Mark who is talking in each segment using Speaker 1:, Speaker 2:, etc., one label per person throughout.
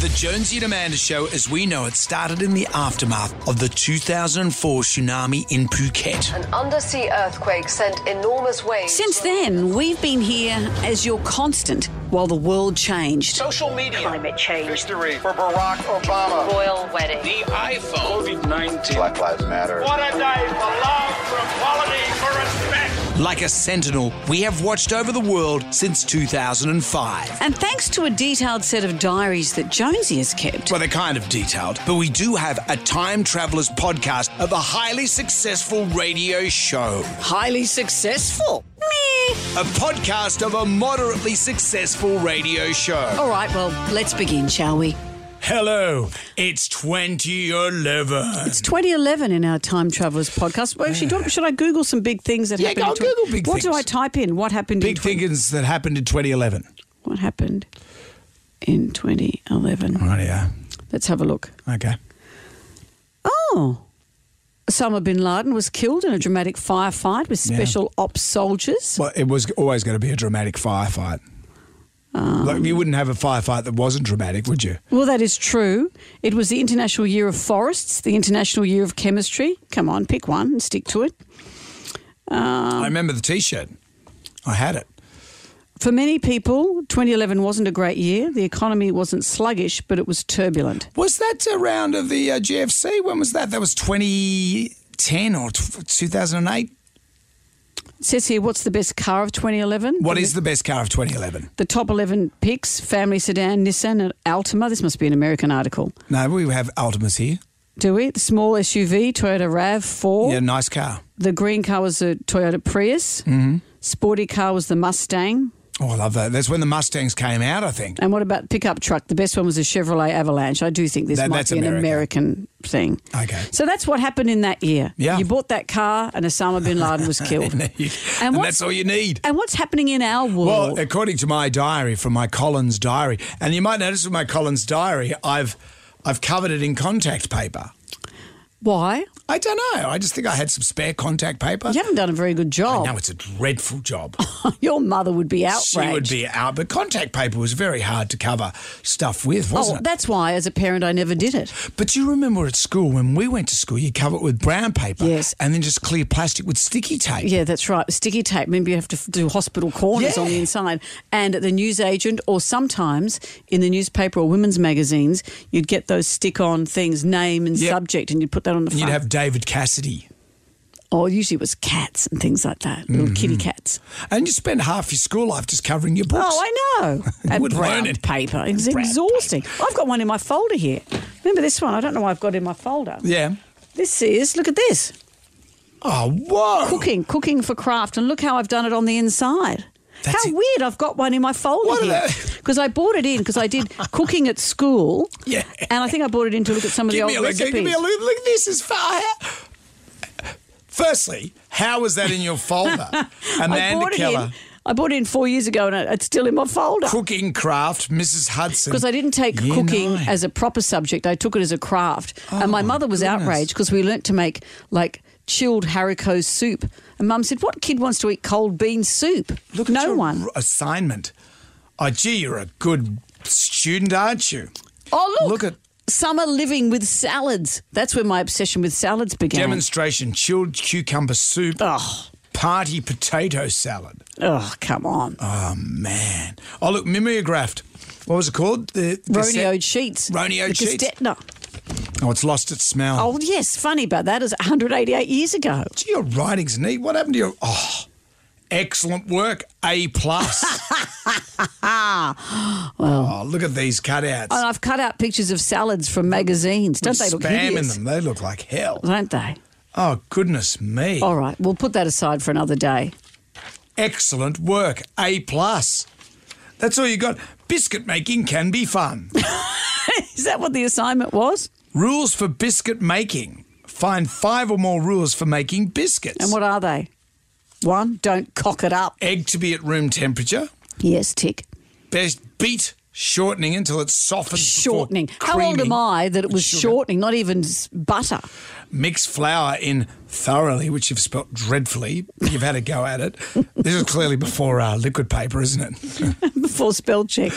Speaker 1: The Jonesy and Amanda Show, as we know it, started in the aftermath of the 2004 tsunami in Phuket.
Speaker 2: An undersea earthquake sent enormous waves.
Speaker 3: Since then, we've been here as your constant while the world changed.
Speaker 4: Social media.
Speaker 5: Climate change.
Speaker 4: History for Barack Obama.
Speaker 5: Royal wedding.
Speaker 4: The iPhone. COVID 19.
Speaker 6: Black Lives Matter.
Speaker 4: What a day for love, for equality, for respect.
Speaker 1: Like a sentinel, we have watched over the world since 2005.
Speaker 3: And thanks to a detailed set of diaries that Jonesy has kept,
Speaker 1: Well, they're kind of detailed, but we do have a time travelers podcast of a highly successful radio show.
Speaker 3: highly successful. Meh.
Speaker 1: A podcast of a moderately successful radio show.
Speaker 3: All right, well, let's begin, shall we?
Speaker 1: Hello, it's 2011.
Speaker 3: It's 2011 in our Time Travelers podcast. Well, actually, do you want- should I Google some big things that
Speaker 1: Yeah,
Speaker 3: happened?
Speaker 1: go
Speaker 3: in twen-
Speaker 1: Google big
Speaker 3: What do
Speaker 1: things.
Speaker 3: I type in? What happened in
Speaker 1: Big
Speaker 3: twen-
Speaker 1: things that happened in 2011.
Speaker 3: What happened in 2011?
Speaker 1: Right, yeah.
Speaker 3: Let's have a look.
Speaker 1: Okay.
Speaker 3: Oh. Osama bin Laden was killed in a dramatic firefight with
Speaker 1: Yeah.
Speaker 3: special ops soldiers.
Speaker 1: Well, it was always going to be a dramatic firefight. like you wouldn't have a firefight that wasn't dramatic, would you?
Speaker 3: Well, that is true. It was the International Year of Forests, the International Year of Chemistry. Come on, pick one and stick to it.
Speaker 1: I remember the T-shirt. I had it.
Speaker 3: For many people, 2011 wasn't a great year. The economy wasn't sluggish, but it was turbulent.
Speaker 1: Was that around of the uh, GFC? When was that? That was 2010 or t- 2008.
Speaker 3: It says here, what's the best car of 2011?
Speaker 1: What is the best car of 2011?
Speaker 3: The top 11 picks family sedan, Nissan, and Altima. This must be an American article.
Speaker 1: No, we have Altimas here.
Speaker 3: Do we? The small SUV, Toyota RAV4.
Speaker 1: Yeah, nice car.
Speaker 3: The green car was a Toyota Prius. Mm-hmm. Sporty car was the Mustang.
Speaker 1: Oh, I love that. That's when the Mustangs came out, I think.
Speaker 3: And what about pickup truck? The best one was a Chevrolet Avalanche. I do think this
Speaker 1: That-
Speaker 3: might
Speaker 1: that's
Speaker 3: be an
Speaker 1: American.
Speaker 3: American thing.
Speaker 1: Okay.
Speaker 3: So that's what happened in that year.
Speaker 1: Yeah.
Speaker 3: You bought that car and Osama bin Laden was killed.
Speaker 1: and
Speaker 3: what's-
Speaker 1: that's all you need.
Speaker 3: And what's happening in our world?
Speaker 1: Well, uh, according to my diary, from my Collins diary, and you might notice with my Collins diary, I've I've covered it in contact paper.
Speaker 3: Why?
Speaker 1: I don't know. I just think I had some spare contact paper.
Speaker 3: You haven't done a very good
Speaker 1: I
Speaker 3: job.
Speaker 1: know it's a dreadful job.
Speaker 3: Your mother would be outraged.
Speaker 1: she would be out, but contact paper was very hard to cover stuff with,
Speaker 3: Oh,
Speaker 1: wasn't it?
Speaker 3: that's why, as a parent, I never did it.
Speaker 1: But you remember at school when we went to school, you cover it with brown paper,
Speaker 3: Yes.
Speaker 1: and then just clear plastic with sticky tape.
Speaker 3: Yeah, that's right. Sticky tape. Maybe you have to f- do hospital corners on the
Speaker 1: Yeah.
Speaker 3: inside. And at the newsagent, or sometimes in the newspaper or women's magazines, you'd get those stick on things, name and
Speaker 1: Yep.
Speaker 3: subject, and you'd put that on the
Speaker 1: And
Speaker 3: front.
Speaker 1: you'd have David Cassidy,
Speaker 3: oh, usually it was cats and things like that, little kitty cats.
Speaker 1: and you spend half your school life just covering your Mm-hmm. books.
Speaker 3: Oh, I know. And
Speaker 1: wouldn't
Speaker 3: brown
Speaker 1: learn it.
Speaker 3: paper. It's
Speaker 1: Brown
Speaker 3: exhausting. I've got one in my folder here. Remember this one? I don't know why I've got it in my folder.
Speaker 1: yeah.
Speaker 3: This is, look at this
Speaker 1: Oh, whoa!
Speaker 3: cooking, cooking for craft. And look how I've done it on the inside.
Speaker 1: That's
Speaker 3: how
Speaker 1: it.
Speaker 3: weird I've got one in my folder
Speaker 1: What are
Speaker 3: here.
Speaker 1: they?
Speaker 3: Because I bought it in because I did cooking at school.
Speaker 1: Yeah.
Speaker 3: And I think I bought it in to look at some of the
Speaker 1: Give
Speaker 3: old
Speaker 1: me a look.
Speaker 3: recipes.
Speaker 1: Give me a look. Look, this is fire. Firstly, how was that in your folder?
Speaker 3: I
Speaker 1: Amanda
Speaker 3: bought it
Speaker 1: Keller,
Speaker 3: in. I bought it in four years ago and it- it's still in my folder.
Speaker 1: cooking craft, Mrs. Hudson.
Speaker 3: because I didn't take
Speaker 1: Year
Speaker 3: cooking
Speaker 1: nine.
Speaker 3: as a proper subject. I took it as a craft. and my
Speaker 1: Oh my
Speaker 3: mother was
Speaker 1: goodness.
Speaker 3: outraged because we learnt to make like chilled haricot soup. And mum said, What kid wants to eat cold bean soup?
Speaker 1: Look at
Speaker 3: no
Speaker 1: your
Speaker 3: one.
Speaker 1: r- assignment. Oh, gee, you're a good student, aren't you?
Speaker 3: oh, look.
Speaker 1: look at-
Speaker 3: Summer living with salads. That's where my obsession with salads began.
Speaker 1: Demonstration: chilled cucumber soup,
Speaker 3: oh,
Speaker 1: party potato salad.
Speaker 3: oh, come on.
Speaker 1: Oh man! Oh look, mimeographed. What was it called? The, the set-
Speaker 3: Rodeoed sheets.
Speaker 1: Rodeoed
Speaker 3: the
Speaker 1: sheets.
Speaker 3: Gestetner.
Speaker 1: Oh, it's lost its smell.
Speaker 3: Oh, yes. Funny about that is 188 years ago.
Speaker 1: Gee, your writing's neat. What happened to your? Oh, excellent work. A plus. oh, look at these cutouts.
Speaker 3: And I've cut out pictures of salads from magazines. Oh, Don't they look
Speaker 1: Spam in
Speaker 3: hideous?
Speaker 1: them. They look like hell.
Speaker 3: Don't they?
Speaker 1: Oh goodness me!
Speaker 3: All right, we'll put that aside for another day.
Speaker 1: Excellent work. A plus. That's all you got. Biscuit making can be fun.
Speaker 3: Is that what the assignment was?
Speaker 1: rules for biscuit making. Find five or more rules for making biscuits.
Speaker 3: And what are they? One, don't cock it up.
Speaker 1: Egg to be at room temperature.
Speaker 3: Yes, tick.
Speaker 1: Best beat shortening until it softens. before
Speaker 3: Shortening. How old
Speaker 1: creaming.
Speaker 3: am I that it was
Speaker 1: Sugar.
Speaker 3: shortening, not even s- butter?
Speaker 1: mix flour in thoroughly, which you've spelt dreadfully. You've had a go at it. This is clearly before uh, liquid paper, isn't it?
Speaker 3: Before spell check.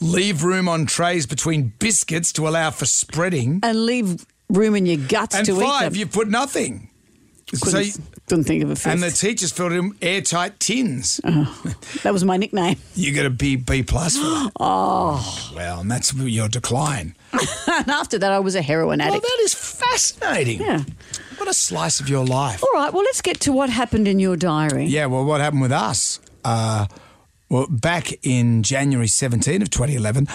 Speaker 1: leave room on trays between biscuits to allow for spreading.
Speaker 3: and leave room in your guts
Speaker 1: And
Speaker 3: to eat
Speaker 1: five,
Speaker 3: them.
Speaker 1: you put nothing. So
Speaker 3: couldn't,
Speaker 1: you-
Speaker 3: couldn't think of a fifth.
Speaker 1: and the teachers filled in airtight tins.
Speaker 3: Uh-huh. that was my nickname.
Speaker 1: You get a B B plus for that. oh, well, and that's your decline.
Speaker 3: and after that, I was a heroin
Speaker 1: Well,
Speaker 3: addict.
Speaker 1: that is fascinating.
Speaker 3: Yeah.
Speaker 1: What a slice of your life.
Speaker 3: All right, well, let's get to what happened in your diary.
Speaker 1: Yeah, well, what happened with us? Uh, well, back in January 17 of 2011,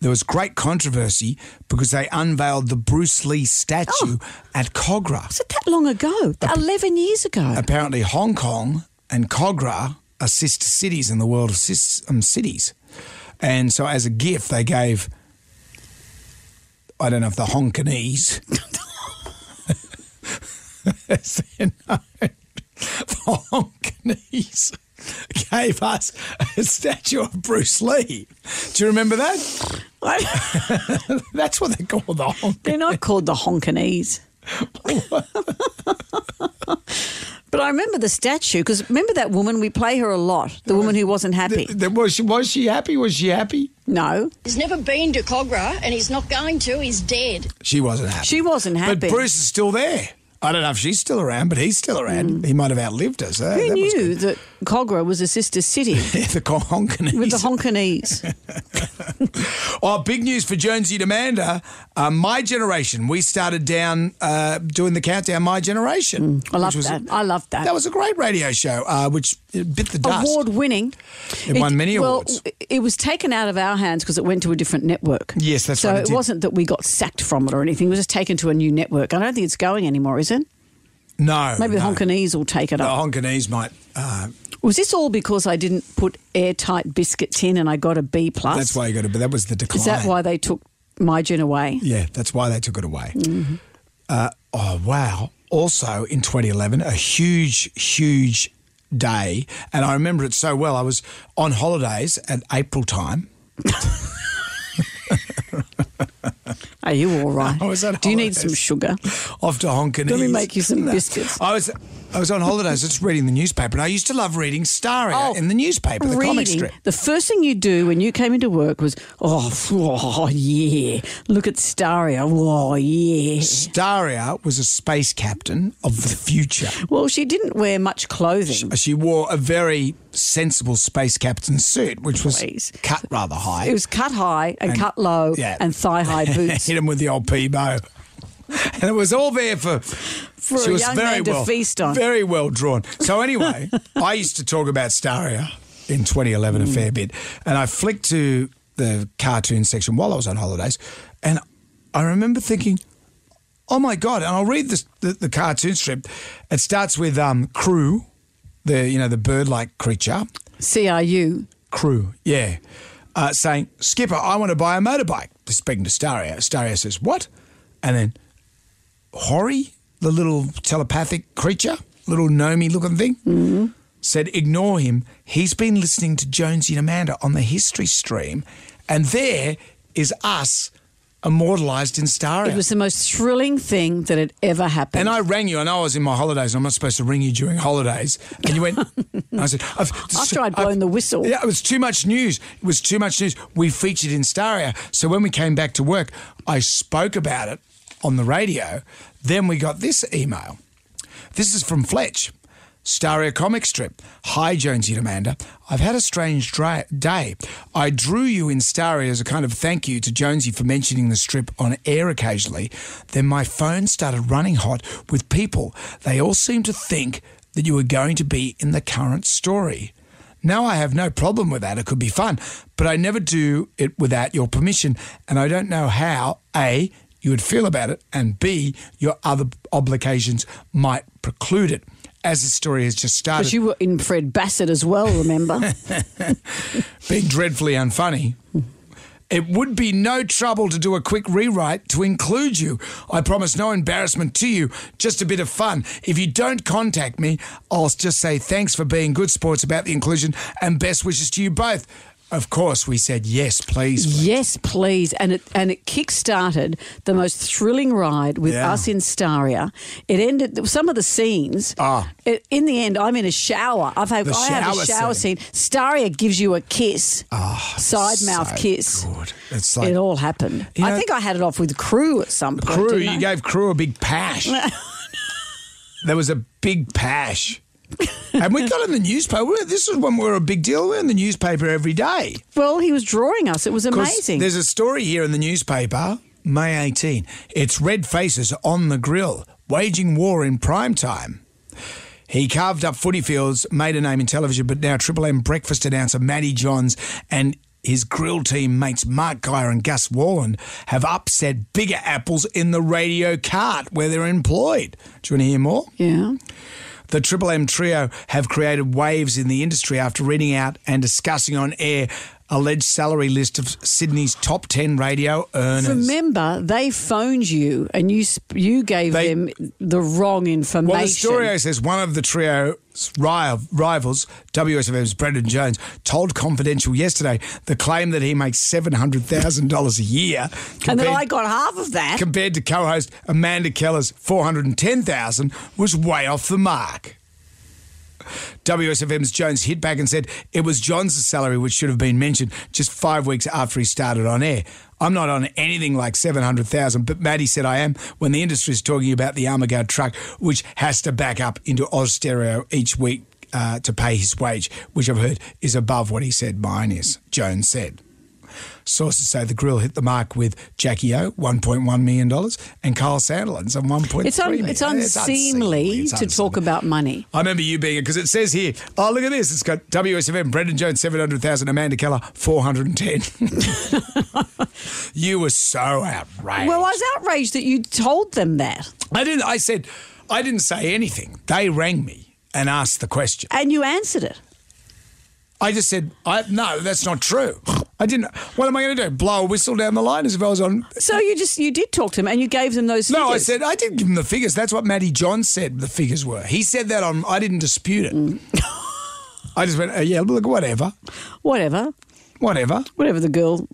Speaker 1: there was great controversy because they unveiled the Bruce Lee statue at Cogra.
Speaker 3: Was it that long ago? 11 years ago.
Speaker 1: Apparently, Hong Kong and Cogra are sister cities in the world of sis- um, cities. And so, as a gift, they gave, I don't know if the Honkanese. as they're known, the Honkanese gave us a statue of Bruce Lee. Do you remember that? That's what they call the Honk.
Speaker 3: They're not called the Honkanese. but I remember the statue because remember that woman? We play her a lot. The woman who wasn't happy.
Speaker 1: Th- th- Was she, was she happy? Was she happy?
Speaker 3: No,
Speaker 5: He's never been to Cogra and he's not going to. He's dead.
Speaker 1: She wasn't happy.
Speaker 3: She wasn't happy.
Speaker 1: But Bruce is still there. I don't know if she's still around, but he's still around. He might have outlived us. That-
Speaker 3: Mm. who
Speaker 1: Oh, that was
Speaker 3: knew
Speaker 1: good.
Speaker 3: that Cogra was a sister city
Speaker 1: the Honkanese.
Speaker 3: with the Honkanese?
Speaker 1: oh, big news for Jonesy Demander. Uh, my generation. We started down uh, doing the countdown. My generation.
Speaker 3: Mm, I
Speaker 1: which
Speaker 3: love
Speaker 1: was-
Speaker 3: that. I love that.
Speaker 1: That was a great radio show, uh, which uh, bit the dust.
Speaker 3: Award winning.
Speaker 1: It won many
Speaker 3: well,
Speaker 1: awards.
Speaker 3: It was taken out of our hands because it went to a different network.
Speaker 1: Yes, that's
Speaker 3: so
Speaker 1: right, it
Speaker 3: it
Speaker 1: did.
Speaker 3: wasn't that we got sacked from it or anything. It was just taken to a new network. I don't think it's going anymore, is it?
Speaker 1: No,
Speaker 3: Maybe
Speaker 1: no.
Speaker 3: the Honkanese will take it
Speaker 1: The
Speaker 3: up.
Speaker 1: Honkanese might. Uh,
Speaker 3: Was this all because I didn't put airtight biscuits in and I got a B plus?
Speaker 1: that's why you got it. But that was the decline.
Speaker 3: Is that why they took my gen away?
Speaker 1: Yeah, that's why they took it away. Uh, oh, wow. Also in 2011, a huge, huge day. And I remember it so well. I was on holidays at April time.
Speaker 3: Are you all right?
Speaker 1: I was on
Speaker 3: Do you need
Speaker 1: Oh, holidays.
Speaker 3: some sugar?
Speaker 1: Off to Honkanese.
Speaker 3: Let me make you some biscuits.
Speaker 1: I was I was on holidays just reading the newspaper, and I used to love reading Star Hour
Speaker 3: Oh,
Speaker 1: in the newspaper, the comic
Speaker 3: Reading.
Speaker 1: strip.
Speaker 3: The first thing you do when you came into work was, oh, phew, oh yeah, look at Staria. Oh, yeah.
Speaker 1: Staria was a space captain of the future.
Speaker 3: Well, she didn't wear much clothing.
Speaker 1: She wore a very sensible space captain suit, which was
Speaker 3: Please.
Speaker 1: cut rather high.
Speaker 3: It was cut high and,
Speaker 1: And-
Speaker 3: cut low
Speaker 1: yeah.
Speaker 3: and thigh high boots.
Speaker 1: hit him with the old Peebo. And it was all there for, for
Speaker 3: a young man to feast on.
Speaker 1: Very well drawn. So anyway, I used to talk about Staria in 2011 a
Speaker 3: Mm.
Speaker 1: fair bit, and I flicked to the cartoon section while I was on holidays, and I remember thinking, "Oh my god!" And I'll read this, the the cartoon strip. It starts with um, Crew, the you know the bird-like creature,
Speaker 3: CRU.
Speaker 1: crew, yeah, uh, saying, Skipper, I want to buy a motorbike. They're Speaking to Stario. Stario says, What? And then Hori, the little telepathic creature, little gnomey looking thing,
Speaker 3: Mm-hmm.
Speaker 1: said, Ignore him. He's been listening to Jonesy and Amanda on the history stream, and there is us immortalised in Stario.
Speaker 3: It was the most thrilling thing that had ever happened.
Speaker 1: and I rang you. I know I was in my holidays. and I'm not supposed to ring you during holidays. And you went. and I said, I've,
Speaker 3: After I'd blown the whistle.
Speaker 1: Yeah, it was too much news. It was too much news. We featured in Staria. So when we came back to work, I spoke about it on the radio. Then we got this email. This is from Fletch. Staria comic strip. Hi, Jonesy and Amanda. I've had a strange dra- day. I drew you in Staria as a kind of thank you to Jonesy for mentioning the strip on air occasionally. Then my phone started running hot with people. They all seemed to think that you were going to be in the current story. Now I have no problem with that. It could be fun, but I never do it without your permission, and I don't know how A, you would feel about it, and B, your other obligations might preclude it. As the story has just started,
Speaker 3: Because you were in Fred Bassett as well, remember?
Speaker 1: being dreadfully unfunny. It would be no trouble to do a quick rewrite to include you. I promise no embarrassment to you, just a bit of fun. If you don't contact me, I'll just say thanks for being good sports about the inclusion and best wishes to you both. of course, we said yes, please. please."
Speaker 3: Yes, please. And it and it kick-started the most thrilling ride with
Speaker 1: Yeah.
Speaker 3: us in Staria. It ended some of the scenes.
Speaker 1: Ah.
Speaker 3: it- in the end, I'm in a shower. I've had,
Speaker 1: The
Speaker 3: I have
Speaker 1: shower
Speaker 3: a shower
Speaker 1: scene. Ah,
Speaker 3: scene. Staria gives you a kiss, side mouth
Speaker 1: so
Speaker 3: kiss.
Speaker 1: good. It's like-
Speaker 3: it all happened.
Speaker 1: You
Speaker 3: I
Speaker 1: know-
Speaker 3: think I had it off with crew at some point.
Speaker 1: Crew,
Speaker 3: didn't
Speaker 1: you
Speaker 3: I?
Speaker 1: gave Crew a big pash. there was a big pash. and we got in the newspaper. We- This is when we were a big deal. We were in the newspaper every day.
Speaker 3: Well, he was drawing us. It was
Speaker 1: 'Cause
Speaker 3: amazing.
Speaker 1: There's a story here in the newspaper, May 18. It's Red Faces on the Grill, waging war in prime time. He carved up footy fields, made a name in television, but now Triple M breakfast announcer Matty Johns and his grill team mates Mark Geyer and Gus Wallen have upset bigger apples in the radio cart where they're employed. Do you want to hear more?
Speaker 3: yeah.
Speaker 1: The Triple M trio have created waves in the industry after reading out and discussing on air alleged salary list of Sydney's top 10 radio earners.
Speaker 3: Remember, they phoned you and you sp- you gave
Speaker 1: They-
Speaker 3: them the wrong information.
Speaker 1: Well, the story says one of the trio's ri- rivals, WSFM's Brendan Jones, told Confidential yesterday the claim that he makes $700,000 a year
Speaker 3: and then
Speaker 1: compared-
Speaker 3: I got half of that.
Speaker 1: compared to co-host Amanda Keller's 410,000 was way off the mark. WSFM's Jones hit back and said it was John's salary which should have been mentioned just five weeks after he started on air. I'm not on anything like 700,000, but Maddie said I am when the industry is talking about the Armaguard truck, which has to back up into Oz Stereo each week uh, to pay his wage, which I've heard is above what he said mine is, Jones said. Sources say the grill hit the mark with Jackie O, $1.1 million, and Carl Sandilands, some $1.3
Speaker 3: It's, un-
Speaker 1: million.
Speaker 3: it's unseemly
Speaker 1: It's
Speaker 3: to talk
Speaker 1: unseemly.
Speaker 3: about money.
Speaker 1: I remember you being it because it says here. Oh, look at this! It's got WSFM, Brendan Jones, seven hundred thousand, Amanda Keller, four hundred and ten. you were so outraged.
Speaker 3: Well, I was outraged that you told them that
Speaker 1: I didn't. I said, I didn't say anything. They rang me and asked the question.
Speaker 3: and you answered it.
Speaker 1: I just said, I, no, that's not true. I didn't. What am I going to do? Blow a whistle down the line as if I was on
Speaker 3: So you just you did talk to them and you gave them those.
Speaker 1: No, I
Speaker 3: figures.
Speaker 1: said I didn't give him the figures. That's what Matty John said the figures were. He said that on. I didn't dispute it.
Speaker 3: Mm.
Speaker 1: I just went, oh, yeah, look, whatever,
Speaker 3: whatever,
Speaker 1: whatever.
Speaker 3: whatever the girl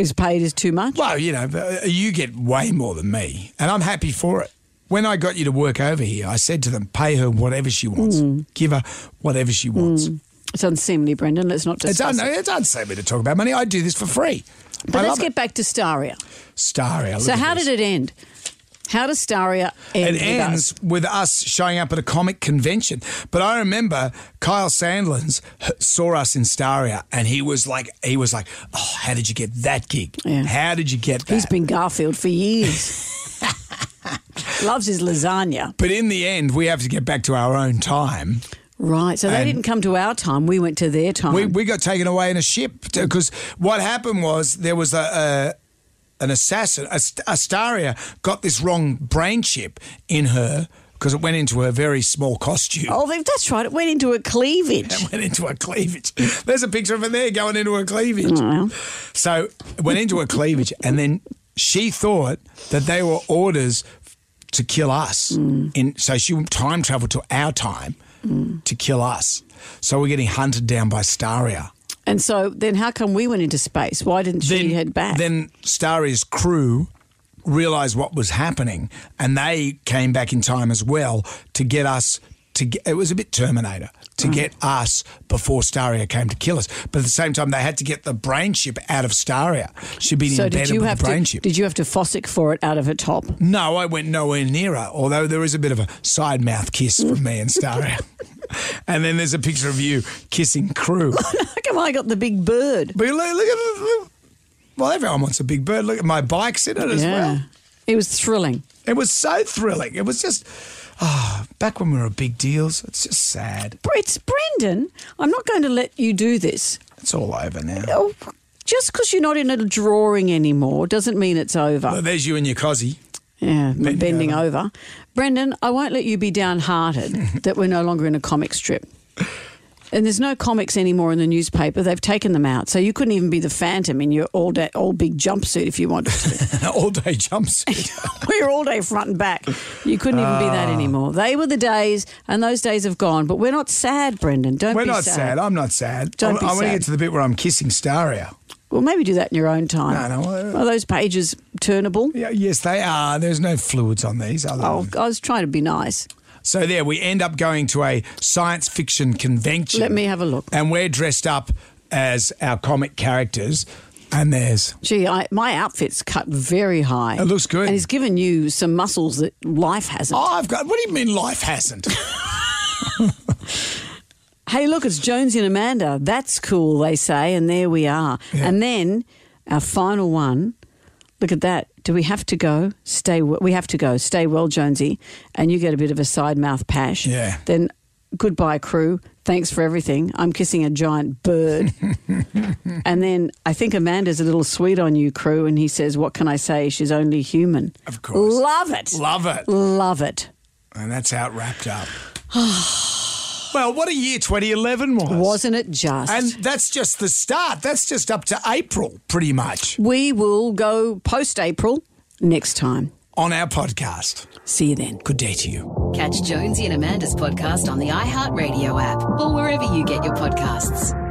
Speaker 3: is paid is too much.
Speaker 1: Well, you know, uh, you get way more than me, and I'm happy for it. When I got you to work over here, I said to them, pay her whatever she wants,
Speaker 3: Mm.
Speaker 1: give her whatever she wants.
Speaker 3: It's unseemly, Brendan. Let's not
Speaker 1: It's,
Speaker 3: discuss
Speaker 1: un-
Speaker 3: it.
Speaker 1: it's unseemly to talk about money. I do this for free.
Speaker 3: But
Speaker 1: I
Speaker 3: let's
Speaker 1: love
Speaker 3: get back to Staria.
Speaker 1: it. Starry.
Speaker 3: So how did it end? How does Staria end?
Speaker 1: It
Speaker 3: with
Speaker 1: ends
Speaker 3: us?
Speaker 1: with us showing up at a comic convention. But I remember Kyle Sandlands h- saw us in Staria, and he was like, he was like, oh, how did you get that gig?
Speaker 3: Yeah.
Speaker 1: How did you get that?
Speaker 3: He's been Garfield for years. Loves his lasagna.
Speaker 1: but in the end, we have to get back to our own time.
Speaker 3: Right. So they
Speaker 1: And-
Speaker 3: didn't come to our time. We went to their time.
Speaker 1: We, we got taken away in a ship because what happened was there was a, a an assassin. Ast- Astaria got this wrong brain chip in her because it went into her very small costume.
Speaker 3: oh, they- that's right. It went into a cleavage.
Speaker 1: went into a cleavage. There's a picture of her there going into a cleavage. So it went into a cleavage, and then she thought that they were orders to kill us. In so she time traveled to our time to kill us. So we're getting hunted down by Staria.
Speaker 3: And so then how come we went into space? Why didn't she head back?
Speaker 1: Then Staria's crew realized what was happening, and they came back in time as well to get us. To get, it was a bit Terminator to
Speaker 3: Mm.
Speaker 1: get us before Staria came to kill us, but at the same time they had to get the brain chip out of Staria. She'd been
Speaker 3: so
Speaker 1: in bed
Speaker 3: did you
Speaker 1: with
Speaker 3: have
Speaker 1: the brain
Speaker 3: to
Speaker 1: chip.
Speaker 3: did you have to fossick for it out of her top?
Speaker 1: No, I went nowhere near her, although there is a bit of a side mouth kiss from me and Staria. and then there's a picture of you kissing crew.
Speaker 3: How come I got the big bird?
Speaker 1: but look, look at the- look- Well, everyone wants a big bird. Look at my bike's in it as well.
Speaker 3: It was thrilling.
Speaker 1: It was so thrilling. It was just ah, back when we were big deals. It's just sad.
Speaker 3: It's Brendan. I'm not going to let you do this.
Speaker 1: It's all over now.
Speaker 3: Oh, just because you're not in a drawing anymore doesn't mean it's over.
Speaker 1: Well, there's you and your cosy.
Speaker 3: Yeah, bending,
Speaker 1: Bending
Speaker 3: over. Brendan, I won't let you be downhearted that we're no longer in a comic strip. And there's no comics anymore in the newspaper. They've taken them out. So you couldn't even be the phantom in your all day, all big jumpsuit if you wanted to.
Speaker 1: All day jumpsuit.
Speaker 3: we were all day front and back. You couldn't even be
Speaker 1: Ah.
Speaker 3: that anymore. They were the days, and those days have gone. But we're not sad, Brendan. Don't
Speaker 1: We're
Speaker 3: be
Speaker 1: not sad. I'm not sad.
Speaker 3: Don't
Speaker 1: I,
Speaker 3: be
Speaker 1: I want to
Speaker 3: sad.
Speaker 1: get to the bit where I'm kissing Staria.
Speaker 3: Well, maybe do that in your own time.
Speaker 1: No, no, well-
Speaker 3: Are those pages turnable?
Speaker 1: Yeah, yes, they are. There's no fluids on these. Other
Speaker 3: Oh,
Speaker 1: than-
Speaker 3: I was trying to be nice.
Speaker 1: So there, we end up going to a science fiction convention.
Speaker 3: Let me have a look.
Speaker 1: And we're dressed up as our comic characters. And there's
Speaker 3: Gee, I, my outfit's cut very high.
Speaker 1: It looks good.
Speaker 3: And it's given you some muscles that life hasn't.
Speaker 1: oh, I've got. What do you mean life hasn't?
Speaker 3: Hey, look, it's Jonesy and Amanda. That's cool, they say, and there we are.
Speaker 1: Yeah.
Speaker 3: And then our final one. Look at that. Do we have to go? Stay. w- We have to go. Stay well, Jonesy. And you get a bit of a side mouth pash.
Speaker 1: Yeah.
Speaker 3: Then goodbye, crew. Thanks for everything. I'm kissing a giant bird. and then I think Amanda's a little sweet on you, crew. And he says, "What can I say? She's only human."
Speaker 1: Of course.
Speaker 3: Love it.
Speaker 1: Love it.
Speaker 3: Love it.
Speaker 1: And that's how it wrapped up. well, what a year 2011 was.
Speaker 3: Wasn't it just?
Speaker 1: And that's just the start. That's just up to April, pretty much,
Speaker 3: We will go post April next time.
Speaker 1: on our podcast.
Speaker 3: See you then.
Speaker 1: Good day to you.
Speaker 6: Catch Jonesy and Amanda's podcast on the iHeartRadio app or wherever you get your podcasts.